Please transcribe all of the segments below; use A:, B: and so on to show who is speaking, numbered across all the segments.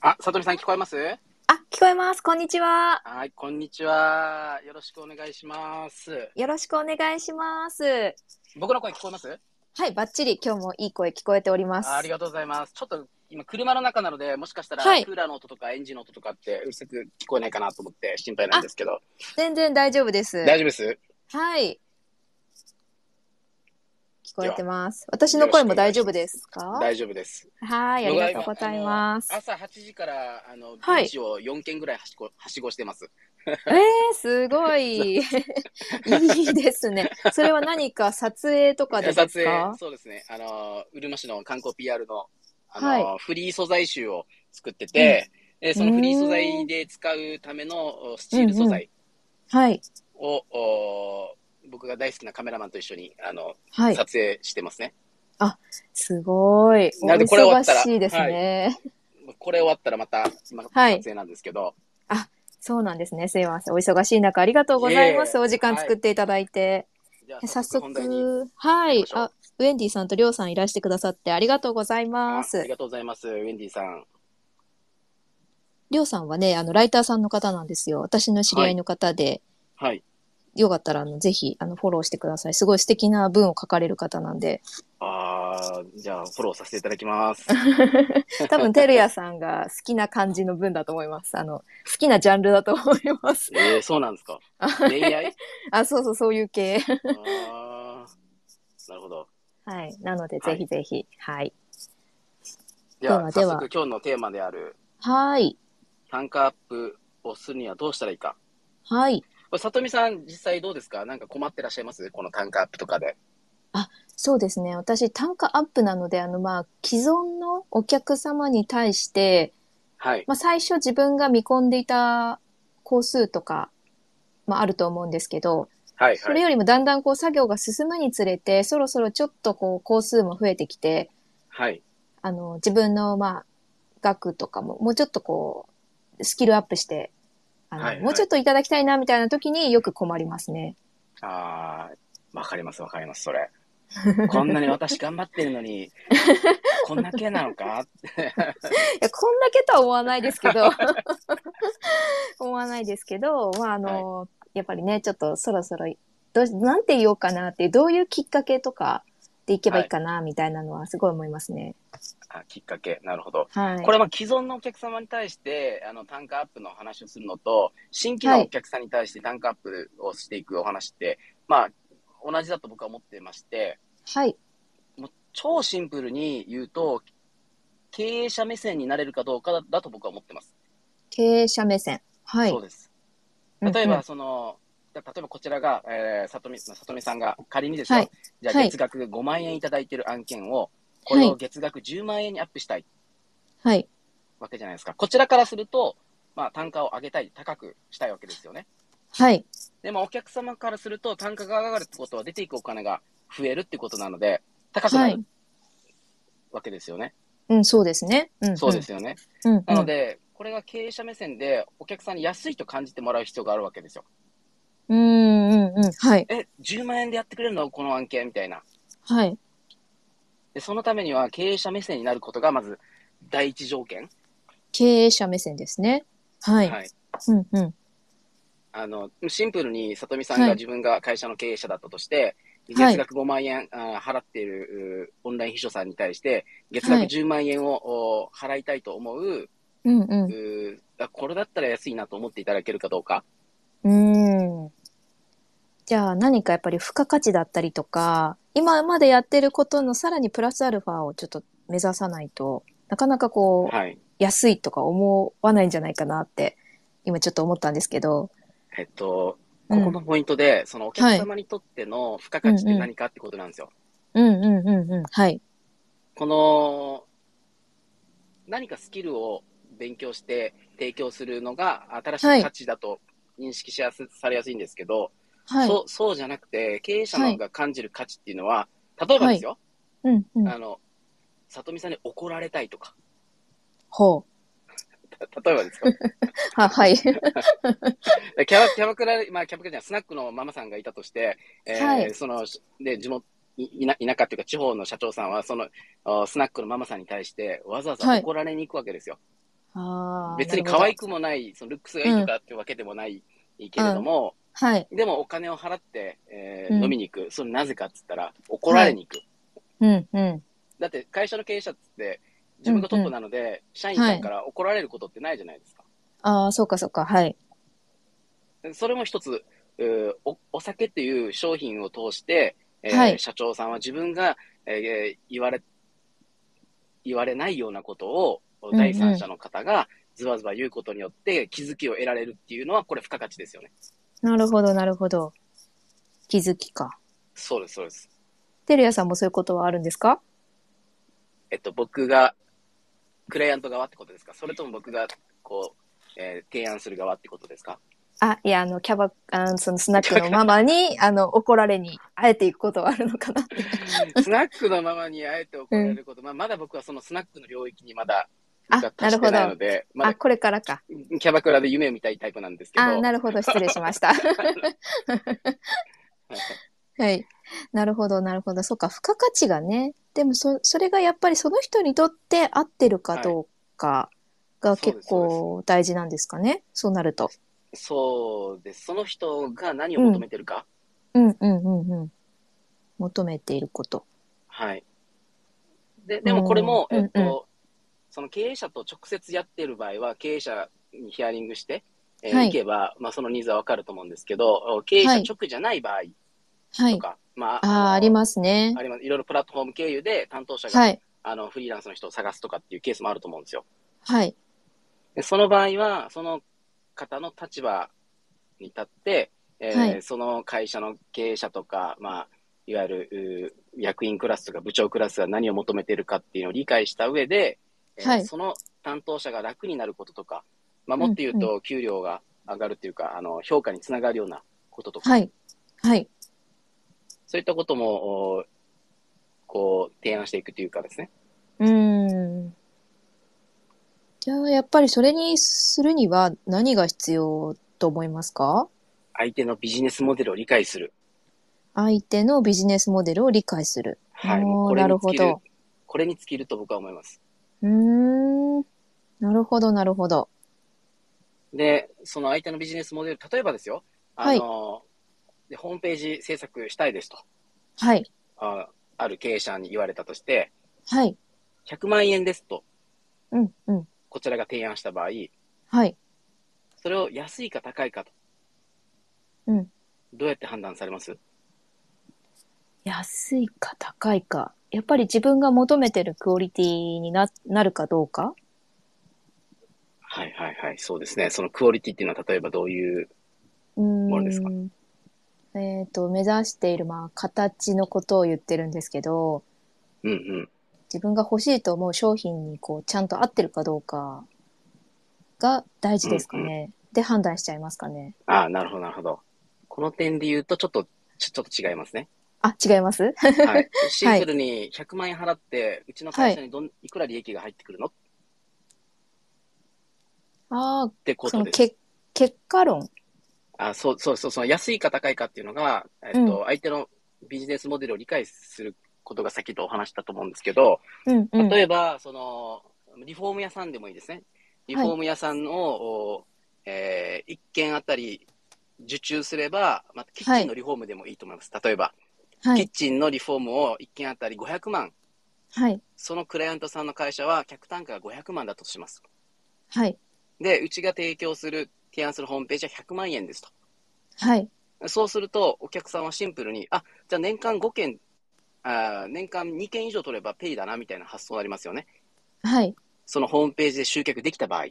A: あ、さとみさん聞こえます
B: あ、聞こえます。こんにちは。
A: はい、こんにちは。よろしくお願いします。
B: よろしくお願いします。
A: 僕の声聞こえます
B: はい、バッチリ今日もいい声聞こえております。
A: あありがとうございます。ちょっと今、車の中なので、もしかしたら
B: はい
A: クーラーの音とかエンジンの音とかって、うるせく聞こえないかなと思って心配なんですけど。
B: 全然大丈夫です。
A: 大丈夫です
B: はい。聞こえてます。私の声も大丈夫ですか
A: 大丈夫です。
B: はい、ありがとうございます。
A: 僕は今あの朝8時から、あの、ビ
B: はい
A: ーチを4軒ぐらいはしごはしごしてます。
B: えー、すご い。いいですね。それは何か撮影とかですか
A: 撮影、そうですね。あの、うるま市の観光 PR の、あの、
B: は
A: フリー素材集を作ってて、でそのフリー素材で使うためのおスチール素材
B: はい。
A: を、お僕が大好きなカメラマンと一緒に、あの、
B: はい。
A: 撮影してますね。
B: すごい。お
A: なんでこれ終わったら
B: 忙しいですね。
A: これ終わったらまた、今、撮
B: はい
A: 影なんですけど、
B: そうなんですね。すいません。お忙しい中、ありがとうござい
A: い
B: ま
A: え
B: す。
A: いえ
B: お時間作っていただいて。
A: じゃ
B: え
A: あ
B: 早
A: 早速本題に。
B: 速、は
A: 行
B: い
A: き。ましょう
B: あ、ウェンディさんとりょうさんいらしてくださってありがとうござい
A: あ
B: ま
A: あり
B: す。
A: がとうございます、ウェンディさん。
B: りょうさんはね、あの、ライターさんの方なんですよ。私の知り合いの方で、
A: はい。
B: よかったら、あの、ぜひ、あの、フォローしてください。すごい素敵な文を書かれる方なん で。
A: ああ、じゃあ、フォローさせていただき ます。
B: 多分、てるやさんが好きな感じの文だと思います。あの、好きなジャンルだと思い ます。
A: えー、そうなんですか。恋愛
B: あ、そうそう、そういう系。
A: あーなるほど。
B: はい。なので、
A: は
B: ぜ
A: い
B: ひぜひ。はい。
A: では、
B: ではで
A: 早
B: は
A: 速今日のテーマである、
B: はい。
A: 単価アップをするにはどうしたらいいか。
B: はい。
A: これ、さとみさん、実際どうですかなんか困ってらっしゃいますこの単価アップとかで。
B: そうですね。私、単価アップなので、あの、まあ、既存のお客様に対して、
A: はい。
B: まあ、最初自分が見込んでいた工数とか、まあ、あると思うんですけど、
A: はい、
B: そ
A: は
B: れ
A: い。
B: よりもだんだんこう作業が進むにつれて、そろそろちょっとこう、工数も増えてきて、
A: はい。
B: あの、自分の、まあ、額とかも、もうちょっとこう、スキルアップして、あの、
A: はいはい
B: もうちょっといただきたいな、みたいな時によく困りますね。
A: あー、わかります、わかります、それ。 こんなに私頑張ってるのに、こんだけなのか
B: いや、こんだけとは思わないですけ ど、思わないですけど、まあ、あの、やっぱりね、ちょっとそろそろ、どうし、なんて言おうかなって、どういうきっかけとかでいけばいいかな、みたいなのはすごい思いますね。
A: あきっかけ。なるほど。
B: はい。
A: これは既存のお客様に対して、あの、単価アップの話をするのと、新規のお客さんに対して単価アップをしていくお話って、まあ、同じだと僕は思ってまして、
B: はい。
A: 超シンプルに言うと、経営者目線になれるかどうかだだと僕は思ってます。
B: 経営者目線。はい。
A: そうです。例え
B: うんう
A: ば、
B: ん
A: その、例えばこちらが、えー、さとみ、さとみさんが仮にですよ、
B: はい
A: じゃあ
B: はい
A: 月額5万円いただいてる案件を、これ
B: は
A: を
B: い
A: 月額10万円にアップしたい
B: はい。
A: わけじゃないですか。こちらからすると、まあ単価を上げたい、高くしたいわけですよね。
B: はい。
A: でもお客様からすると単価が上がるってことは出ていくお金が増えるってことなので、高くな
B: はい
A: る。わけですよね。
B: うん、そうですね。うん。
A: そうですよね。
B: うん。うん。
A: なので、これが経営者目線でお客さんに安いと感じてもらう必要があるわけですよ。
B: うん、うん、うん。はい。
A: え、10万円でやってくれるのこの案件みたいな。
B: はい。
A: で、そのためには経営者目線になることがまず第一条件。
B: 経営者目線ですね。はい。うん、うん。
A: あの、シンプルに、さとみさん
B: は
A: が
B: い
A: 自分が会社の経営者だったとして、
B: はい
A: 月額5万円、あー払っているうーオンライン秘書さんに対して、月額
B: はい
A: 10万円を、おー払いたいと思う、
B: うん、
A: うーあこれだったら安いなと思っていただけるかどうか。
B: うん。じゃあ何かやっぱり付加価値だったりとか、今までやってることのさらにプラスアルファをちょっと目指さないとなかなかこう、
A: はい。
B: 安いとか思わないんじゃないかなって今ちょっと思ったんですけど。
A: えっと、
B: う
A: こ
B: ん
A: このポイントで、そのお客様にとっての付加価値って何かってことなんですよ。
B: うんうんうんうん。はい。
A: この、何かスキルを勉強して提供するのが新し
B: はいい
A: 価値だと認識しやす、されやすいんですけど、
B: はい。
A: そうそうじゃなくて、経営者のが感じる価値っていうのは、例えばですよ、
B: うんうん。
A: あの、里見さんに怒られたいとか、
B: ほう。
A: た例えばですよ、
B: は、はい。
A: でキャバキャバクラ、まあ、キャバクラじゃない、スナックのママさんがいたとして、えー
B: はい
A: その、で、地元、い田田舎っていうか地方の社長さんは、その、あスナックのママさんに対して、わざわざ
B: はい
A: 怒られに行くわけですよ。
B: あー
A: 別に
B: なるほ
A: 可
B: ど
A: 愛くもない、そのルックスがいいとかってわけでもないけれども、
B: はい。
A: でもお金を払って、えー
B: うん
A: 飲みに行く。それなぜかっつったら、怒られに行く。
B: うん、うん。
A: だって会社の経営者っつって、自分がトップなので、社員さんから怒られることってないじゃないですか。
B: ああ、そうか、そうか。はい。
A: それも一つ、えーおお酒っていう商品を通して、えー
B: はい
A: 社長さんは自分が、えー言われ、言われないようなことを、
B: ん
A: 第三者の方がズバズバ言うことによって気づきを得られるっていうのは、これ付加価値ですよね。
B: なるほど、なるほど。気づきか。
A: そうです、そうです。
B: テレアさんもそういうことはあるんですか
A: えっと、僕が、クライアント側ってことですかそれとも僕が、こう、えー提案する側ってことです か
B: あ、いや、あの、キャバ、あのそのスナックのマ マに、あの、怒られに、あえていくことはあるのかなって。
A: スナックのままにあえて怒られること、まあ、まだ僕はそのスナックの領域にまだ、
B: あ
A: が達してないので、ま
B: あ、
A: だ
B: これからか。
A: キャバクラで夢を見たいタイプなんですけど、
B: あ、なるほど、失礼し ました。はい。なるほど、なるほど。そうか、付加価値がね。でもそ、それがやっぱりその人にとって合ってるかどうかが
A: そうで
B: 結
A: す
B: 構大事なんですかね。そうなると。
A: そうです。その人が何を求めてるか、
B: うんうんうんうん。求めていること。
A: はい。で、でもこれも、
B: うん
A: えっと、
B: うん
A: その経営者と直接やってる場合は、経営者にヒアリングして、えー
B: はい
A: い、けば、まあ、そのニーズはわかると思うんですけど、経営者
B: はい
A: 直じゃない場合
B: は
A: と
B: い。
A: か、まあ、
B: ああ、あり
A: す。
B: ますね
A: あ。ります。いろいろプラットフォーム経由で担当者が、
B: はい。
A: あの、フリーランスの人を探すとかっていうケースもあると思うんですよ。
B: はい。
A: でその場合は、その方の立場に立って、えー
B: はい
A: その会社の経営者とか、まあ、いわゆるうー役員クラスとか部長クラスが何を求めてるかっていうのを理解した上で、えー
B: はい
A: その担当者が楽になることとか、まあ、もっと言うと給料が上がるっていうか、あの評価につながるようなこととか、
B: はい。はい。
A: そういったこともおこう提案していくというかですね。
B: うーん。じゃあ、やっぱりそれにするには何が必要と思いますか
A: 相手のビジネスモデルを理解する。
B: 相手のビジネスモデルを理解する。
A: はい、
B: おー
A: もうこれに尽きる
B: なるほど
A: これに尽きると僕は思います。
B: うーん。なるほど、なるほど。
A: で、その相手のビジネスモデル、例えばですよ、あの、でホームページ制作したいですと
B: はい。
A: あ、ある経営者に言われたとして、
B: はい。
A: 100万円ですと、
B: うん、うん。
A: こちらが提案した場合、
B: はい。
A: それを安いか高いかと、
B: うん
A: どうやって判断されます
B: 安いか高いか。やっぱり自分が求めてるクオリティにな、なるかどうか
A: はいはいはい、そうですね。そのクオリティっていうのは、例えばどういう、
B: うーん。
A: ものですか
B: えっ、と、目指している、まあ、形のことを言ってるんですけど、
A: うんうん。
B: 自分が欲しいと思う商品に、こう、ちゃんと合ってるかどうかが大事ですかね。で、判断しちゃいますかね。
A: ああ、なるほどなるほど。この点で言うと、ちょっと、ちょちょっと違い ますね。
B: あ、違 います
A: はい。シンプルに100万円払って、うちの会社にどん、いくら利益が入ってくるのっ
B: あ
A: て
B: あ、
A: こと
B: その、
A: です。
B: け、結果論。
A: あ、そうそうそう、その安いか高いかっていうのが、えっと、相手のビジネスモデルを理解することが先とお話したと思うんですけど、
B: うん、うん。
A: 例えば、その、リフォーム屋さんでもいいですね。リフォーム屋さんを、おえー一軒あたり受注すれば、まあ、キッチンのリフォームでもいいと思います。例えば、
B: は
A: キッ
B: い。
A: チンのリフォームを一軒あたり500万、
B: はい。
A: そのクライアントさんの会社は客単価が500万だとします。
B: はい。
A: で、うちが提供する、提案するホームページは100万円ですと。
B: はい。
A: そうすると、お客さんはシンプルに、あ、じゃあ年間5件、あー年間2件以上取ればペイだな、みたいな発想になりますよね。
B: はい。
A: そのホームページで集客できた場合。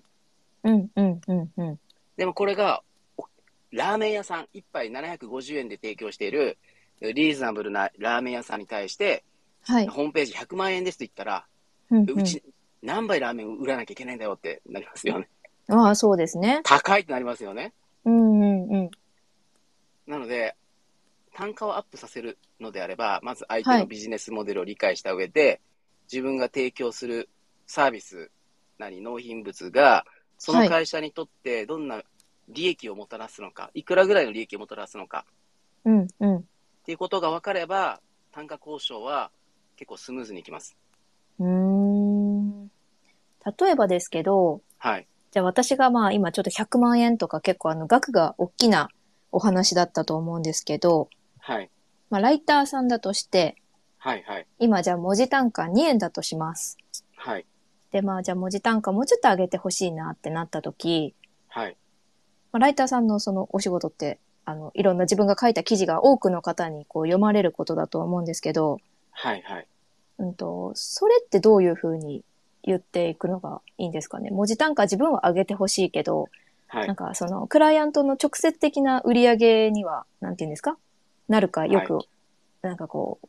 B: うん、うん、うん、うん。
A: でもこれが、おラーメン屋さん、1杯750円で提供している、リーズナブルなラーメン屋さんに対して、
B: はい。
A: ホームページ100万円ですと言ったら、
B: うん、
A: うち、何杯ラーメン売らなきゃいけないんだよってなりますよね。
B: うん。ああ、そうですね。
A: 高いってなりますよね。
B: うん、うん、うん。
A: なので、単価をアップさせるのであれば、まず相手
B: は
A: の
B: い
A: ビジネスモデルを理解した上で、自分が提供するサービスなり納品物が、その会社にとってどんな利益をもたらすのか、い、くらぐらいの利益をもたらすのか
B: うん、うん。
A: っていうことが分かれば、単価交渉は結構スムーズにいきます。
B: うーん。例えばですけど、
A: はい。
B: じゃあ私がまあ今ちょっと100万円とか結構あの額が大きなお話だったと思うんですけど、
A: はい。
B: まあライターさんだとして、
A: はい。はい。
B: 今じゃあ文字単価2円だとします。
A: はい。
B: でまあじゃあ文字単価もうちょっと上げてほしいなってなった時、
A: はい。
B: まあ、ライターさんのそのお仕事ってあのいろんな自分が書いた記事が多くの方にこう読まれることだとは思うんですけど、
A: はい。はい。
B: うんと、それってどういうふうに言っていくのがいいんですかね。文字単価自分は上げてほしいけど、
A: はい
B: なん。かそのクライアントの直接的な売り上げには、なんて言うんですかなるかよく、
A: は
B: なんかこう、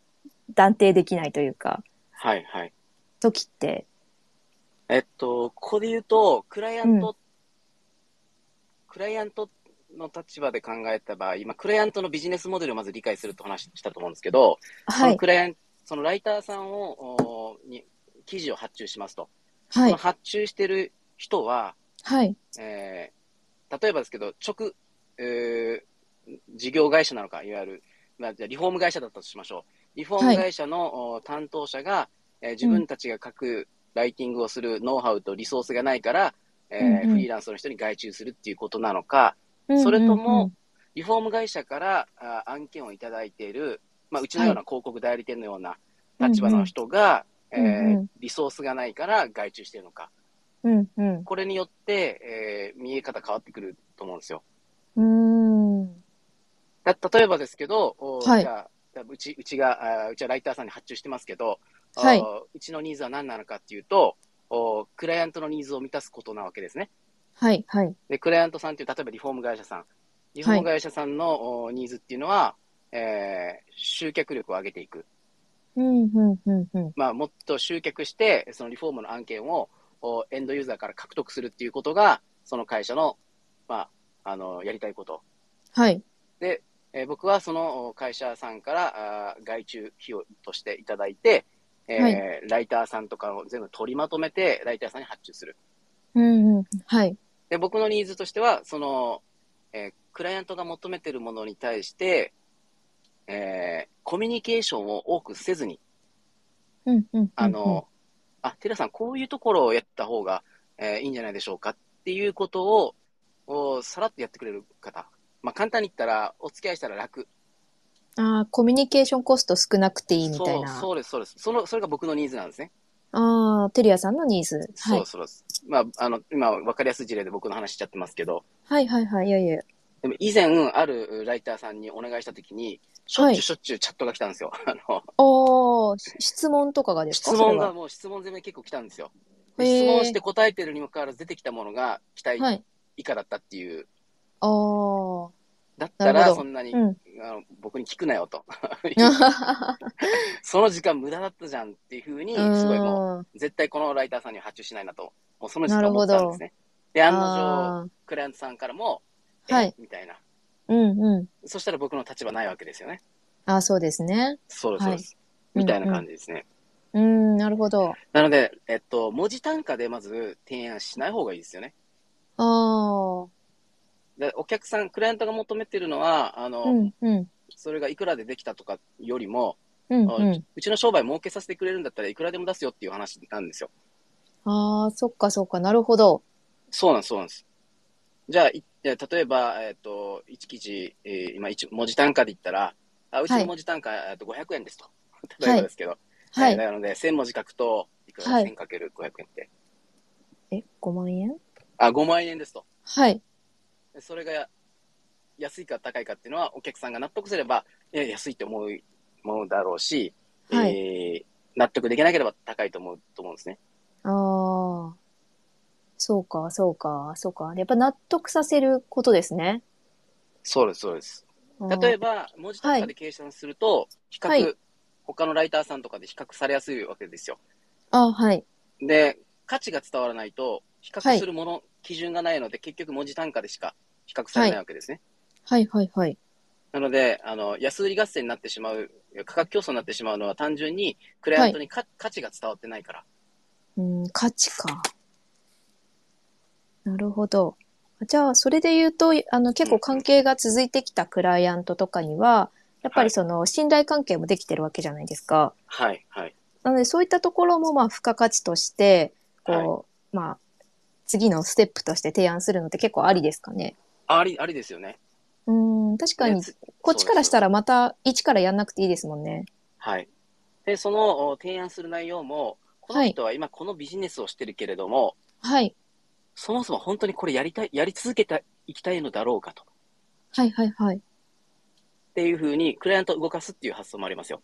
B: 断定できないというか、
A: はい。はい。
B: 時って、
A: えっと、ここで言うと、クライアント、
B: う
A: クライアントの立場で考えた場合、今、クライアントのビジネスモデルをまず理解すると話したと思うんですけど、そ
B: は
A: の
B: い、
A: クライアンそのライターさんを、おーに記事を発注しますと。
B: は
A: その
B: い、
A: 発注してる人は、
B: はい、
A: えー例えばですけど、直、えー事業会社なのか、いわゆる、まあ、じゃあリフォーム会社だったとしましょう。リフォーム会社の、お担当者が、えー自分たちが書くライティングをするノウハウとリソースがないから、えー
B: うんうん
A: フリーランスの人に外注するっていうことなのか、
B: うん
A: それとも
B: うんうん
A: リフォーム会社からあ案件をいただいている、まあ、うちのような広告代理店のような立場の人が、
B: うんう
A: え
B: ん
A: ー
B: うんうん
A: リソースがないから外注してるのか、
B: うん、うん
A: これによって、えー見え方変わってくると思うんですよ。
B: うん、うーん、
A: だ例えばですけど、お
B: はい
A: じゃあじゃあうちうちがあうちはライターさんに発注してますけど、あ
B: はいう
A: ちのニーズは何なのかっていうとおクライアントのニーズを満たすことなわけですね。
B: はい、はい、
A: で、クライアントさんっていう、例えばリフォーム会社さん。リフォーム会社さんの、おニーズっていうのは、えー集客力を上げていく。
B: うん、うん、うん、うん、
A: まあ、もっと集客して、そのリフォームの案件を、おエンドユーザーから獲得するっていうことが、その会社の、まあ、あの、やりたいこと。
B: はい、
A: えー僕はそのお会社さんから、あー外注費用としていただいて、えー
B: は
A: ライターさんとかを全部取りまとめて、ライターさんに発注する。
B: うん、うん、はい、
A: で、僕のニーズとしては、その、えークライアントが求めてるものに対して、えーコミュニケーションを多くせずに、
B: うん、うんうん、
A: あの、あ、テラさん、こういうところをやった方が、えーいいんじゃないでしょうかっていうことを、おさらっとやってくれる方。まあ、簡単に言ったら、お付き合いしたら楽。
B: うん、ああ、コミュニケーションコスト少なくていいみたい
A: そう、
B: な。
A: そうです、そうです。その、それが僕のニーズなんですね。
B: ああ、テリアさんのニーズ。は
A: そ、
B: いう
A: そうです。まあ、あの、今、わかりやすい事例で僕の話しちゃってますけど、
B: はい、はい、はい、いやいや。
A: でも以前、あるライターさんにお願いしたときに、しょっ
B: は
A: ち
B: い
A: ゅうしょっちゅうチャットが来たんですよ。あの、
B: ああ、し質問とかがですか
A: 質問。
B: そ
A: が、もう質問攻め結構来たんですよ。
B: へー
A: 質問して答えてるにもかかわらず出てきたものが期
B: れはは
A: 待
B: い。
A: 以下だったっていう、
B: ああ、
A: だった
B: なる
A: ら
B: ほど
A: そんなに、
B: うん。
A: あの僕に聞くなよ と。
B: あ
A: その時間無駄だったじゃんっていうふうに、すごいもう、絶対このライターさんには発注しないなと、もうその時間思ったんですね。で、案の定、
B: あー
A: クライアントさんからも、
B: は
A: え
B: い
A: みたいな。
B: うんうん。
A: そしたら僕の立場ないわけですよね。
B: ああ、そうですね。
A: そうです、そ
B: はいう
A: です。みたいな感じですね。
B: うん、なるほど。
A: なので、えっと、文字単価でまず提案しない方がいいですよね。
B: ああ、
A: でお客さん、クライアントが求めてるのは、あの、
B: うんうん。
A: それがいくらでできたとかよりも、
B: うん
A: あ
B: うん。
A: うちの商売儲けさせてくれるんだったらいくらでも出すよっていう話なんですよ。
B: ああ、そっかそっか、なるほど。
A: そうなんです、そうなんです。じゃあ、いじゃあ例えば、えっと、1記事、えー今、一文字単価で言ったら、あうち
B: は
A: の
B: い
A: 文字単価、えっと500円ですと。例えばですけど。
B: は
A: えー
B: い。
A: なので、1000文字書くと、いくら、
B: はい
A: ?1000×500 円って。
B: え、5万円
A: あ、5万円ですと。
B: はい。
A: でそれが安いか高いかっていうのはお客さんが納得すればいや安いと思う思うだろうし、
B: はい
A: えー納得できなければ高いと思うと思うんですね。
B: ああ、そうか、そうか、そうか。やっぱ納得させることですね。
A: そうです、そうです。例えば、文字単価で計算すると、比較、
B: はい
A: 他のライターさんとかで比較されやすいわけですよ。
B: ば。ああ、はい。
A: で、価値が伝わらないと、比
B: は
A: 較
B: い
A: するもの、基準がないので、結局文字単価でしか比較されないわけですね。
B: はい、はい、はい。
A: なので、あの、安売り合戦になってしまう、価格競争になってしまうのは単純に、クライアントにか、価値が伝わってないから。
B: うん、価値か。なるほど。じゃあ、それで言うと、あの、結構関係が続いてきたクライアントとかには、やっぱ
A: は
B: り
A: い
B: その、信頼関係もできてるわけじゃないですか。
A: はい、はい。
B: なので、そういったところも、まあ、付加価値として、こう、
A: は
B: まあ、次のステップとして提案するのって結構ありですかね。
A: あり、ありですよね。
B: うん、確かに
A: ね、つ
B: こっちからした
A: ら。
B: らまた一からやんなくていいですもんね。
A: はい。で、そのお提案する内容も、この人は今このビジネスをしてるけれども、
B: はい。
A: そもそも本当にこれやりたい、やり続けていきたいのだろうかと。っ
B: はいはいはい。
A: ていうふうに、クライアントを動かすっていう発想もありますよ。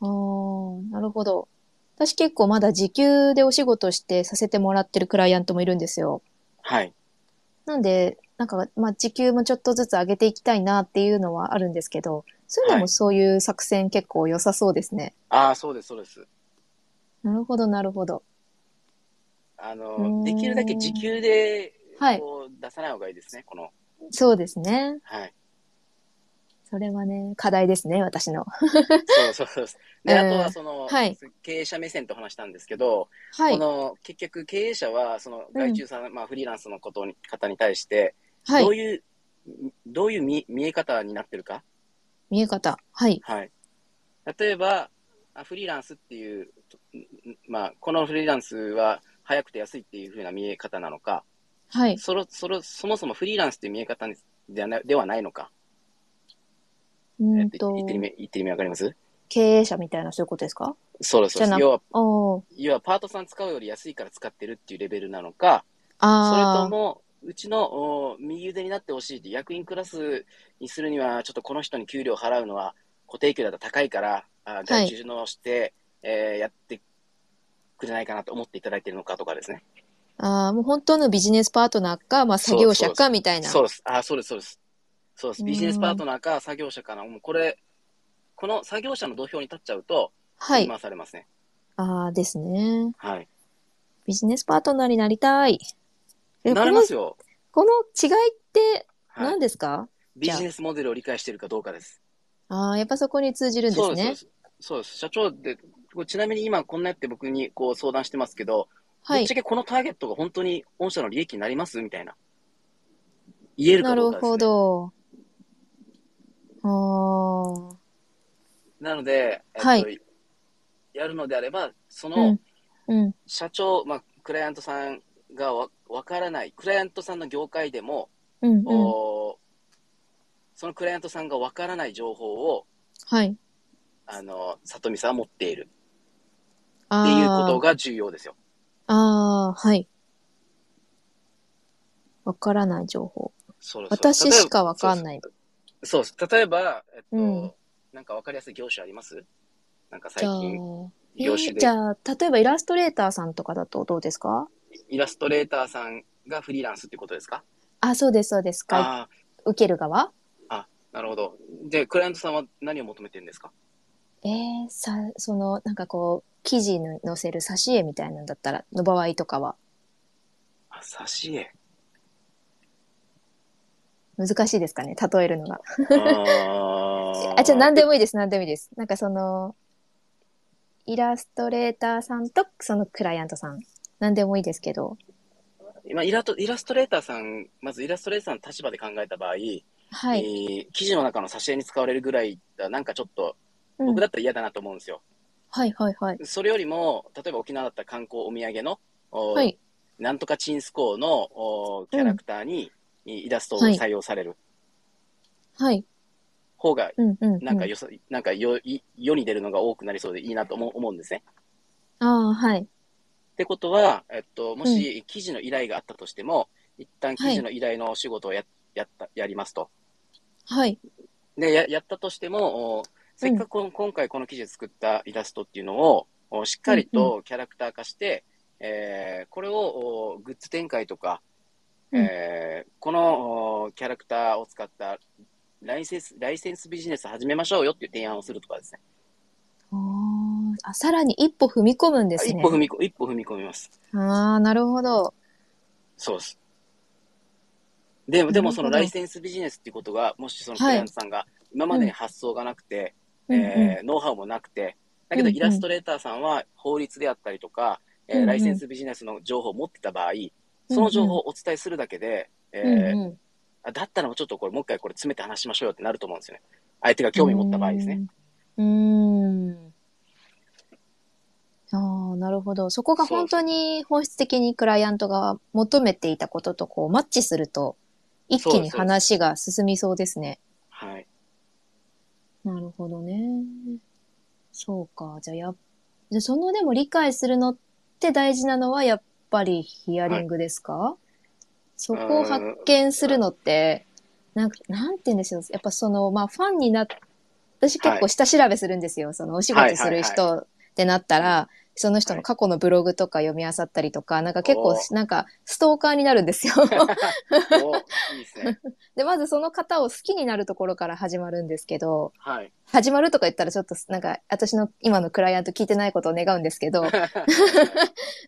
B: あーなるほど。私結構まだ時給でお仕事してさせてもらってるクライアントもいるんですよ。
A: はい。
B: なんで、なんか、まあ、時給もちょっとずつ上げていきたいなっていうのはあるんですけど、そういうの
A: は
B: も
A: い
B: そういう作戦結構良さそうですね。
A: ああ、そうです、そうです。
B: なるほど、なるほど。
A: あ
B: うーん
A: の、できるだけ時給で、
B: はい
A: こう出さない方がいいですね、この。
B: そうですね。
A: はい。
B: それはね、課題ですね、私の。
A: そうそうそうです。で、
B: うん
A: あとはその、
B: はい
A: 経営者目線と話したんですけど、
B: は
A: こ
B: い。
A: の結局経営者はその外注さん、まあフリーランスのことに方に対して、
B: は
A: ど
B: い。
A: ういうどういう見見え方になってるか。
B: 見え方。はい。
A: はい。例えばあフリーランスっていうとんまあこのフリーランスは早くて安いっていう風な見え方なのか、
B: はい。
A: そろそろそもそもフリーランスっていう見え方にではなではないのか。
B: う
A: え
B: ー
A: っ
B: ん
A: と
B: と
A: 言、ってる意味言ってる意味わかります？
B: 経営者みたいなそういうことですか
A: そうですそうで
B: じゃ
A: す。
B: な
A: 要は
B: あー
A: 要はパートさん使うより安いから使ってるっていうレベルなのか、それ
B: あ
A: とも、うちのお右腕になってほしいって、役員クラスにするには、ちょっとこの人に給料払うのは固定給だと高いから、あ外注のして、えーやってくれないかなと思っていただいてるのかとかですね。
B: ーあー、もう本当のビジネスパートナーか、まあ
A: そう
B: 作業者
A: そ
B: かみたいな。
A: そうです。あ、そうです、そうです。そうです。ビジネスパートナーか作業者かな。もうこれ、この作業者の土俵に立っちゃうと、
B: は
A: 振り
B: い。
A: 回されますね。
B: ああ、ですね。
A: はい。
B: ビジネスパートナーになりたい。え
A: なれますよ。
B: この、この違いって
A: は
B: 何
A: い。
B: ですか、
A: ビジネスモデルを理解してるかどうかです。
B: ああ、やっぱそこに通じるんです
A: そ
B: ね。
A: うです。そうです。社長で、こうちなみに今こんなやって僕にこう相談してますけど、
B: は
A: ぶっ
B: い
A: ち。ゃけこのターゲットが本当に御社の利益になりますみたいな。言える
B: な
A: かど
B: る
A: うかです、ね。
B: ほ。ど。ああ、
A: なので、えっと
B: はい
A: やるのであれば、そうの
B: ん。うん。
A: 社長、まあ、クライアントさんがわわからない、クライアントさんの業界でも、
B: うん。うん。
A: おーそのクライアントさんがわからない情報を、
B: はい。
A: あの、里見さんは持っている
B: ああ。
A: っていうことが重要ですよ。
B: ああ、はい。わからない情報。
A: そうです
B: 私しかわかん
A: い
B: ない。
A: そうです。例えば、えっと、
B: うん
A: なんかわかりやすい業種ありますなんか最
B: じゃあ、
A: 近、
B: え
A: 業種
B: ー
A: で
B: じゃあ、例えばイラストレーターさんとかだとどうですか
A: イラストレーターさんがフリーランスってことですか
B: あ、そうです、そうです。か。
A: あ
B: 受ける側
A: あ、なるほど。で、クライアントさんは何を求めてるんですか
B: えー、さ、その、なんかこう、記事に載せる挿絵みたいなんだったら、の場合とかは、
A: あ、挿絵。
B: 難しいですかね、例えるのが。
A: あ
B: あ、じゃあ何
A: で
B: でもいいです、何でもいいです。なんかその、イラストレーターさんとそのクライアントさん。何でもいいですけど。
A: 今イラト、イラストレーターさん、まずイラストレーターさんの立場で考えた場合、
B: はい。
A: えー記事の中の挿絵に使われるぐらいだ、なんかちょっと、
B: うん
A: 僕だったら嫌だなと思うんですよ。
B: はいはいはい。
A: それよりも、例えば沖縄だったら観光お土産の、お
B: はい。
A: なんとかチンスコーのおキャラクターにいイラストを採用される
B: はい。
A: 方が、
B: うんうん、うん。
A: なんかよさ、なんかよい世に出るのが多くなりそうでいいなと思う思うんですね。
B: ああ、はい。
A: ってことは、えっと、もし記事の依頼があったとしても、一旦記事の依頼のお仕事をややったやりますと。
B: はい。
A: で、ややったとしても、おせっかくこの今回この記事で作ったイラストっていうのを、おしっかりとキャラクター化して、えーこれをおグッズ展開とか、
B: うん
A: えーこのおキャラクターを使ったライセンスライセンスビジネス始めましょうよっていう提案をするとかですね。
B: ああ、さらに一歩踏み込むんです
A: 一
B: ね
A: 歩。踏みこ一歩踏み込みます。
B: ああ、なるほど。
A: そうです。でも、でもその
B: な
A: ラ
B: るほど
A: イセンスビジネスっていうことが、もしそのクライアントさんが今までに発想がなくて、
B: うん
A: えーノウハウもなくて、だけ
B: うん
A: ど
B: うん
A: イラストレーターさんは法律であったりとか、えー
B: うんうん
A: ライセンスビジネスの情報を持ってた場合、
B: うん
A: その情報をお伝えするだけで、
B: うん
A: えー
B: うんうん
A: あだったらもうちょっとこれもう一回これ詰めて話しましょうよってなると思うんですよね。相手が興味持った場合ですね。。
B: うーん。うーんああ、なるほど。そこが本当に本質的にクライアントが求めていたこととこうマッチすると、一気に話が進みそうですね。
A: はい。
B: なるほどね。そうか。じゃあやっ、じゃあそのでも理解するのって大事なのはやっぱりヒアリングですか、そこを発見するのって、なんか、なんて言うんでしょう。やっぱその、まあファンになっ、私結
A: は
B: 構下調べするんですよ。そのお仕事する
A: は
B: 人ってなったら、
A: う
B: その人の過去のブログとか読み漁ったりとか、なんか結
A: お
B: 構、
A: ー
B: なんかストーカーになるんですよ。
A: おいいですね。
B: で、まずその方を好きになるところから始まるんですけど、
A: はい。
B: 始まるとか言ったらちょっとなんか私の今のクライアント聞いてないことを願うんで すけど、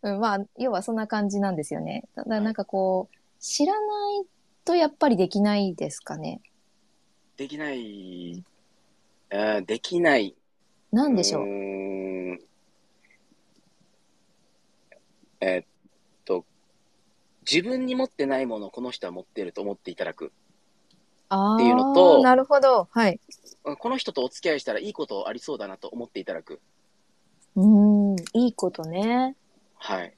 B: うん、まあ要はそんな感じなんですよね。ただなんかこう知らないとやっぱりできないですかね。
A: できない、えーできない。
B: なんでしょう。
A: ーんえっと、自分に持ってないものをこの人は持ってると思っていただく。
B: ああ
A: っていうのと
B: なるほど。はい。
A: この人とお付き合いしたらいいことありそうだなと思っていただく。
B: うーんいいことね。
A: はい。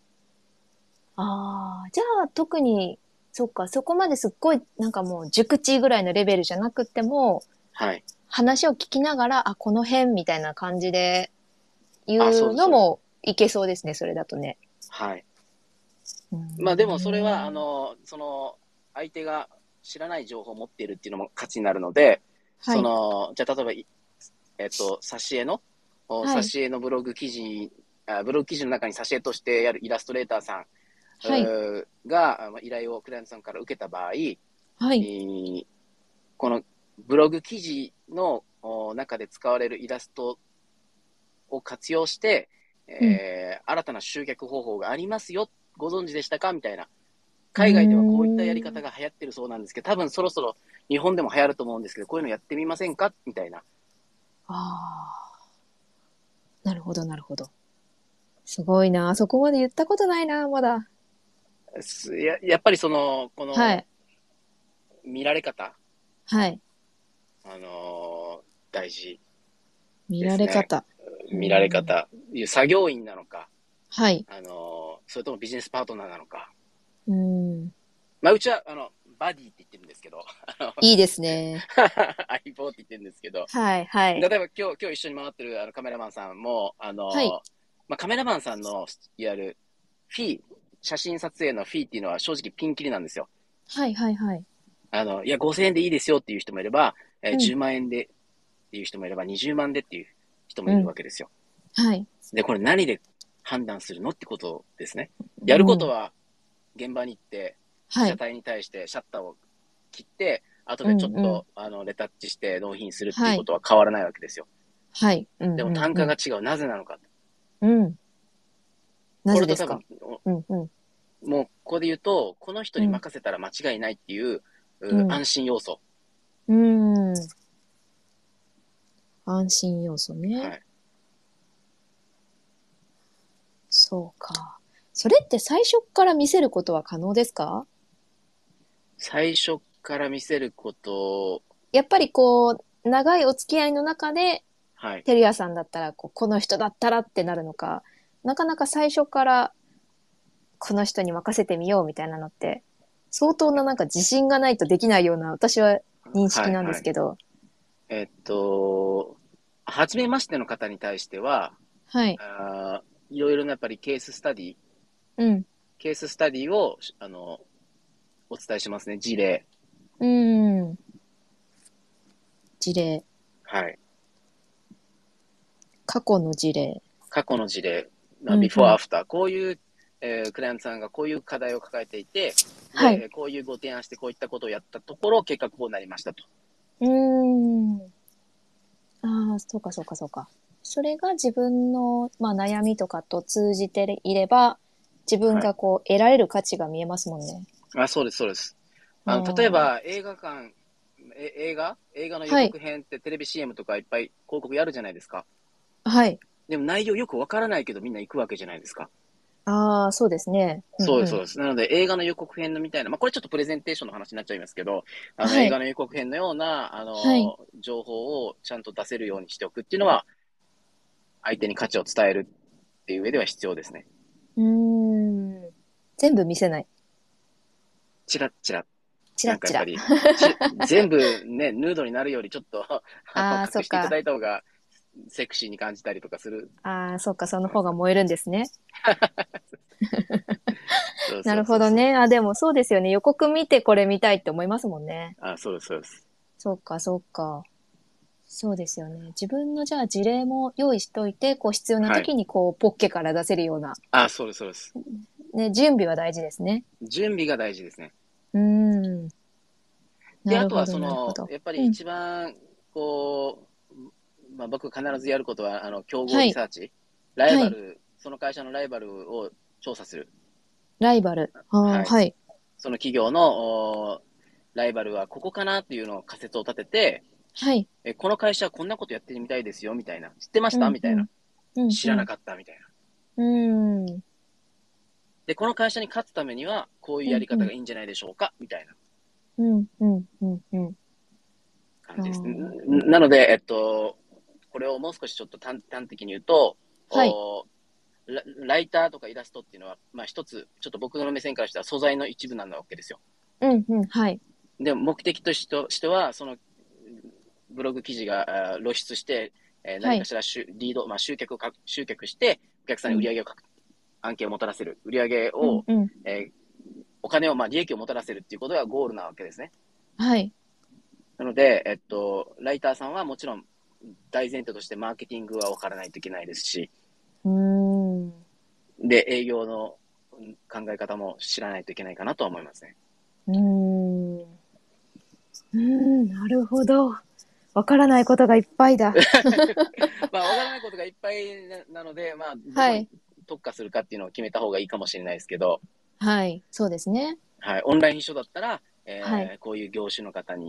B: ああじゃあ特にそっかそこまですっごいなんかもう熟知ぐらいのレベルじゃなくても
A: はい。
B: 話を聞きながらあこの辺みたいな感じで言
A: あそう
B: う
A: です
B: のもいけそうですねそれだとね。
A: はい。まあでもそれは、あ、の、その、相手が知らない情報を持っているっていうのも価値になるので、
B: はい、
A: その、じゃあ例えばい、えっと、挿絵の、お
B: はい
A: 挿絵のブログ記事、あブログ記事の中に挿絵としてやるイラストレーターさん
B: は
A: う
B: い、
A: ーが、あの依頼をクライアントさんから受けた場合、
B: は
A: え
B: い、
A: ーこのブログ記事のお中で使われるイラストを活用して、えー新たな集客方法がありますよ、ご存知でしたかみたいな。海外ではこういったやり方が流行ってるそうなんですけど、多分そろそろ日本でも流行ると思うんですけど、こういうのやってみませんかみたいな。
B: ああ、なるほど、なるほど。すごいな、あそこまで言ったことないな、まだ。
A: すややっぱりその、この
B: はい、
A: 見られ方、
B: はい、
A: あのー大事。
B: 見られ方。うん
A: 見られ方、いう作業員なのか、
B: はい、
A: あのーそれともビジネスパートナーなのか。
B: うん、
A: まあ、うちは、あの、バディって言ってるんですけど、
B: いいですね。
A: 相棒って言ってるんですけど、
B: はい、は
A: 例え
B: い、
A: ば今日、今日一緒に回ってるあのカメラマンさんも、あのー
B: はい
A: まあ、カメラマンさんの、いわゆる、フィー、写真撮影のフィーっていうのは正直ピンキリなんですよ。
B: はい、はい、はい。
A: あの、いや、5000円でいいですよっていう人もいれば、えー
B: うん
A: 10万円でっていう人もいれば、20万でっていう人もいるわけですよ。
B: はい。
A: で、これ何で判断するのってことですね。やること
B: は、
A: は、現場に行って、
B: は
A: 車
B: い、
A: 体に対してシャッターを切って、後でちょっと、
B: うんうん
A: あの、レタッチして納品するっていうことは変わらないわけですよ。
B: はい。うん
A: でも単価が、違う。なぜなのか。
B: うんうん。なぜです
A: こ
B: か
A: れと多分、
B: うん、うん。
A: おもう、ここで言うと、この人に任せたら間違いないっていう、う
B: うん
A: 安心要素。
B: うーん。安心要素ね。
A: はい
B: そうか。それって最初から見せることは可能ですか
A: 最初から見せることを、
B: やっぱりこう、長いお付き合いの中で、
A: はい。
B: テリアさんだったらこう、この人だったらってなるのか、なかなか最初から、この人に任せてみようみたいなのって、相当ななんか自信がないとできないような、私は認識なんですけど。
A: はいはいえっと、初めましての方に対しては、
B: はい。
A: あーいろいろなやっぱりケーススタディ、
B: うん。
A: ケーススタディを、あの、お伝えしますね。事例。
B: うん。事例。
A: はい。
B: 過去の事例。
A: 過去の事例、
B: うん
A: ビフォーアフター、こういう、えークライアントさんがこういう課題を抱えていて、で
B: はい
A: えーこういうご提案してこういったことをやったところ、結果こうなりましたと。
B: うーん。ああ、そうかそうかそうか。それが自分の、まあ、悩みとかと通じていれば、自分がこう、得られる価値が見えますもんね。
A: あそうです、そうです。あ
B: あ
A: の
B: ー
A: 例えば映画館、え映画映画の予告編ってテレビ CM とかいっぱい広告やるじゃないですか。
B: はい。
A: でも内容よくわからないけどみんな行くわけじゃないですか。
B: ああ、そうですね。。
A: そうです、そうですす。なので、映画の予告編のみたいな、まあ、これちょっとプレゼンテーションの話になっちゃいますけど、あの
B: はい
A: 映画の予告編のような、あの、
B: はい
A: 情報をちゃんと出せるようにしておくっていうのは、相手に価値を伝えるっていう上では必要ですね。
B: うーん。全部見せない。
A: チラッチラッ。
B: チラッチラ。
A: なんかやっぱり、 ち全部ね、ヌードになるよりちょっと、
B: あー
A: あの隠していただいた方が、セクシーに感じたりとかする。
B: ああ、そうか、その方が燃えるんですね。
A: そうそうそう
B: なるほど。ね。あ、でもそうですよね。予告見てこれ見たいって思いますもんね。
A: あそうです、そうです。
B: そうか、そうか。そうですよね。自分のじゃあ事例も用意しといて、こう必要な時にこうポッケから出せるような、
A: あそうです、そうです。
B: ね、準備は大事ですね。
A: 準備が大事ですね。
B: うーん。
A: で、
B: な
A: あ
B: る
A: と
B: ほ
A: はそ
B: ど、なるほ
A: の
B: ど、。
A: やっぱり一番、こう、まあ、僕必ずやることは、あの、競合
B: はい
A: リサーチ、ライバル、その会社のライバルを調査する。
B: ライバル。あー
A: はい
B: はい。
A: その企業の、おライバルはここかなっていうのを仮説を立てて、
B: はい。
A: え、この会社はこんなことやってみたいですよ、みたいな。知ってましたみたいな。
B: うんうん。
A: 知らな
B: かっ
A: かった、みたいな。
B: た。うん。
A: で、この会社に勝つためには、こういうやり方がいいんじゃないでしょうか、みたいな
B: うん、うん、うん、うん。
A: 感じですね。
B: あ
A: ななので、えっと、これをもう少しちょっと端端的に言うと、
B: はい
A: おラライターとかイラストっていうのは、まあ一つ、ちょっと僕の目線からしたら素材の一部なわけですよ。
B: うん、うん、はい。
A: で、目的としとしては、その、ブログ記事があー露出して、えー
B: は
A: 何
B: い
A: かしら集、リード、まあ集客をか、集客して、お客さんに売り上げをかく、案件をもたらせる。売り上げを、
B: うん、うん。
A: えーお金を、まあ利益をもたらせるっていうことがゴールなわけですね。
B: はい。
A: なので、えっと、ライターさんはもちろん大前提としてマーケティングは分からないといけないですし、
B: うーん。う
A: で、営業のうん考え方も知らないといけないかなとは思いますね。
B: ーん。うーん、なるほど。わからないことがいっぱい だ。
A: まあ、分からないことがいっぱいななので、まあ、どこ
B: は
A: に
B: い。
A: 特化するかっていうのを決めた方がいいかもしれないですけど、
B: はい。そうですね。
A: はい、オンライン秘書だったら、えー
B: はい
A: こういう業種の方に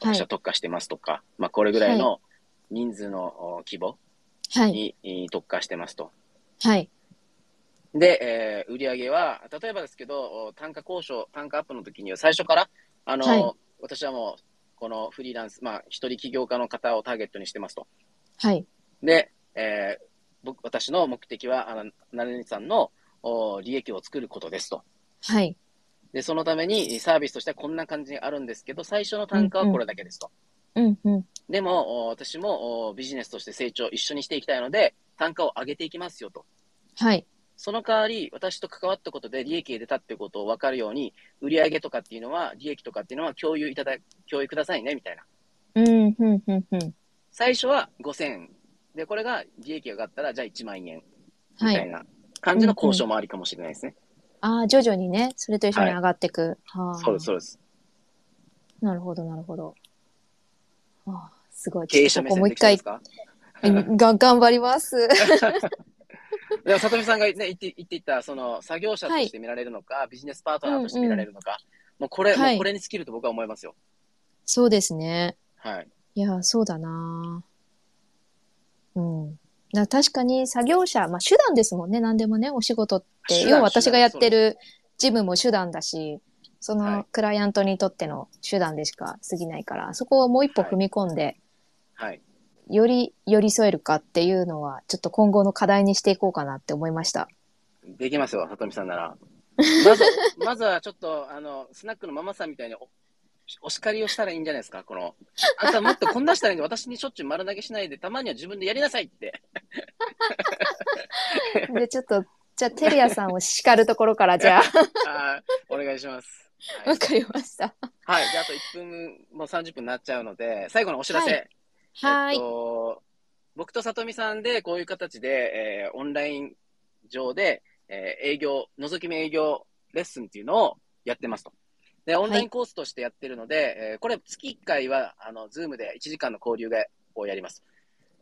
B: は。
A: 私はい特化してますとか、まあ、これぐらいの人数のお規模
B: はい。
A: にい特化してますと。
B: はい。
A: で、えー売り上げは、例えばですけど、お単価交渉、単価アップの時には最初から、あの、
B: はい
A: 私はもう、このフリーランス、まあ、一人起業家の方をターゲットにしてますと。
B: はい。
A: で、えー僕、私の目的は、あの、なるみさんの、お利益を作ることですと。
B: はい。
A: で、そのためにサービスとしてはこんな感じにあるんですけど、最初の単価はこれだけですと。
B: うん、うん。
A: でも、お私もおビジネスとして成長一緒にしていきたいので、単価を上げていきますよと。
B: はい。
A: その代わり、私と関わったことで利益が出たってことを分かるように、売り上げとかっていうのは、利益とかっていうのは共有いただ、共有くださいね、みたいな。
B: うん、うん、うん、うん。
A: 最初は5000。で、これが利益が上がったら、じゃあ1万円。み
B: は
A: たい
B: い。
A: な感じの交渉もありかもしれないですね。
B: ああ、徐々にね、それと一緒に上がっていく。はあ。
A: そうです、そうです。
B: なるほど、なるほど。ああ、すごい。
A: 経営者
B: ち
A: 目
B: ょっとここ
A: 線
B: もう
A: で
B: 一
A: きてま
B: 回
A: す、か
B: が頑張ります。
A: でも、里見さんがね、言って、言っていた、その、作業者として見られるのか、ビジネスパートナーとして見られるのか、もうこれ、
B: はい
A: もうこれに尽きると僕は思いますよ。
B: そうですね。
A: はい。
B: いや、そうだなうん。だ確かに作業者、まあ手段ですもんね、何でもね、お仕事って。
A: 手段
B: 要は私がやっ
A: 手
B: て
A: 段
B: るジムも手段だし、そ
A: はい
B: のクライアントにとっての手段でしか過ぎないから、そこをもう一歩
A: はい
B: 踏み込んで、
A: はい。
B: より寄り添えるかっていうのは、ちょっと今後の課題にしていこうかなって思いました。
A: できますよ、さとみさんなら。まず、まずはちょっと、あの、スナックのママさんみたいにお、お叱りをしたらいいんじゃないですか、この。あんたもっとこんなしたらいいんで、私にしょっちゅう丸投げしないで、たまには自分でやりなさいって。
B: で、ちょっと、じゃあ、テリアさんを叱るところから、じゃ あ、
A: あーお願いします。は
B: わ
A: い。
B: かりました。
A: はい、じゃあ、あと1分、もう30分になっちゃうので、最後のお知らせ。
B: ははー
A: えっ
B: い。
A: と、僕とさとみさんで、こういう形で、えーオンライン上で、えー営業、覗き見営業レッスンっていうのをやってますと。で、オンラインコースとしてやってるので、えーこれ月1回は、あの、ズームで1時間の交流がをやります。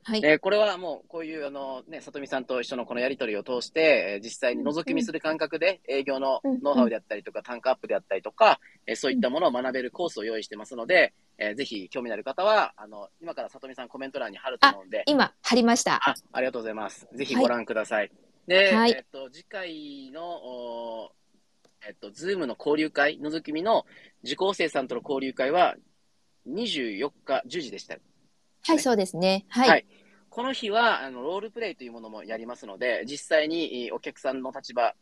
B: はい。
A: で、これはもう、こういう、あの、ね、さとみさんと一緒のこのやりとりを通して、えー実際に覗き見する感覚で、営業の
B: うん
A: ノウハウであったりとか、単価アップであったりとか、えーそういったものを学べるコースを用意してますので、えーぜひ興味のある方は、あの、今からさとみさんコメント欄に貼ると思うんで、
B: 今、貼りました。
A: あありがとうございます。ぜひご覧ください。で、
B: はい
A: えっと、次回の、おーえっと、ズームの交流会、のぞき見の受講生さんとの交流会は、24日10時でした。
B: はい、そうですね。
A: は
B: はいい。
A: この日はあのロールプレイというものもやりますので、実際にえーお客さんの立場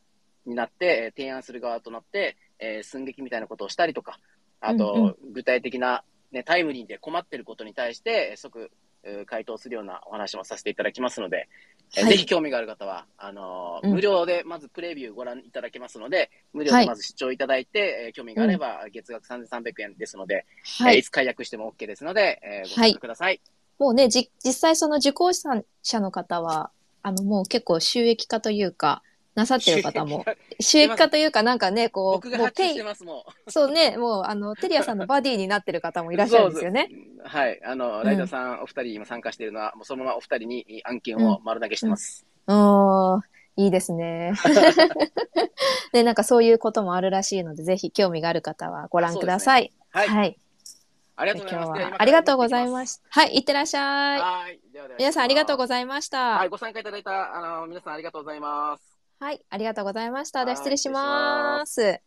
A: になって、えー提案する側となって、えー寸劇みたいなことをしたりとか、あ
B: うんう
A: と、具体的な、ね、タイムリーで困ってることに対して、えー即、えー回答するようなお話もさせていただきますので、えー
B: はい
A: ぜひ興味がある方は、あのー
B: うん
A: 無料でまずプレビューご覧いただけますので、無料でまず視聴いただいて、えー興味があれば月額3300円ですので、
B: は
A: え
B: い
A: ー
B: い
A: い。つ解約しても OK ですので、えーご
B: は
A: 参
B: い
A: 加ください。
B: もうね、じ、実際その受講者の方は、あの、もう結構収益化というか、なさってる方も、収益化というか、なんかね、こ
A: 僕
B: う、
A: が
B: もう
A: 発注
B: ペ
A: し
B: イ
A: て、ます、もう。
B: そうね、もう、あの、テリアさんのバディになってる方もいらっしゃるんですよね。
A: そうです。はい。あの、
B: ん
A: ライダーさん、お二人今参加しているのは、もうそのままお二人に案件を丸投げしてます。
B: うーん、いいですね。 で、なんかそういうこともあるらしいので、ぜひ興味がある方はご覧ください。
A: はい。
B: はい。
A: ありがとうご
B: 今
A: ざいま
B: 日
A: す。では
B: は
A: 今から
B: ありがとうございま
A: 行ってき
B: した。はい、いってらっしゃ
A: ます
B: い。
A: はい。ではでは
B: 皆さんありがとう
A: ざい
B: ございました。
A: ます。
B: は
A: はいい。、ご参加いただいた、あの、皆さんありがとうございます。
B: ありがとうございました。で
A: は
B: は
A: い
B: 失礼します。